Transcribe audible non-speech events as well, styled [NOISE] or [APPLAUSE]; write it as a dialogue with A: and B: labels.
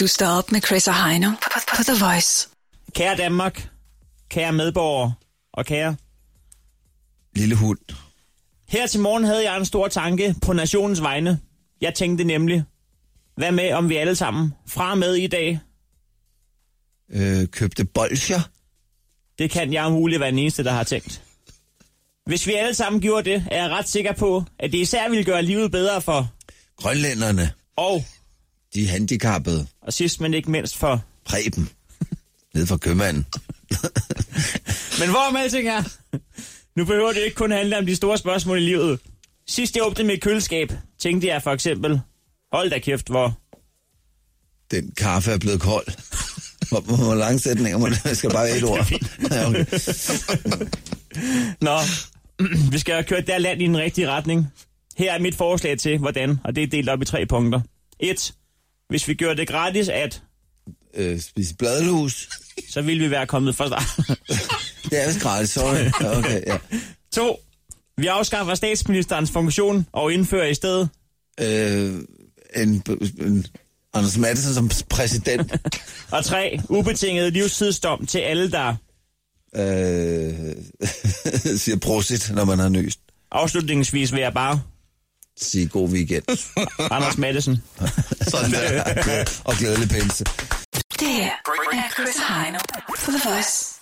A: Du står op med Chris og Heino på, på, på The Voice.
B: Kære Danmark, kære medborgere og kære.
C: Lille hund.
B: Her til morgen havde jeg en stor tanke på nationens vegne. Jeg tænkte nemlig, hvad med om vi alle sammen fra og med i dag?
C: Øh, købte bolsjer.
B: Det kan jeg muligt være den eneste, der har tænkt. Hvis vi alle sammen gjorde det, er jeg ret sikker på, at det især ville gøre livet bedre for
C: Grønlænderne.
B: og,
C: De handicappede.
B: og sidst men ikke mindst for.
C: Preben. Ned fra købmanden.
B: Men hvorom alting er, nu behøver det ikke kun handle om de store spørgsmål i livet. Sidst jeg åbnede mit køleskab, tænkte jeg for eksempel, hold da kæft, hvor
C: Den kaffe er blevet kold. Hvor, hvor, hvor lang sætninger må det? Jeg skal bare være et ord. [LAUGHS] Ja, okay.
B: Nå, vi skal have kørt der land i den rigtige retning. Her er mit forslag til, hvordan, og det er delt op i tre punkter. 1. Hvis vi gjorde det gratis at,
C: øh, spise bladlus.
B: så ville vi være kommet fra [LAUGHS] start.
C: Det er vist gratis, sorry. Ja, okay, ja.
B: 2. Vi afskaffer statsministerens funktion og indfører i stedet.
C: Øh, en, en, Anders Madsen som præsident.
B: Og 3. Ubetinget livstidsdom til alle, der...
C: øh, [LAUGHS] siger prosit, når man har nøst.
B: Afslutningsvis vil jeg bare...
C: Sige god weekend.
B: Anders Madsen.
C: [LAUGHS] Sådan [LAUGHS] der. og glædelig pinse.
A: Det her er Chris og Heino på The Voice.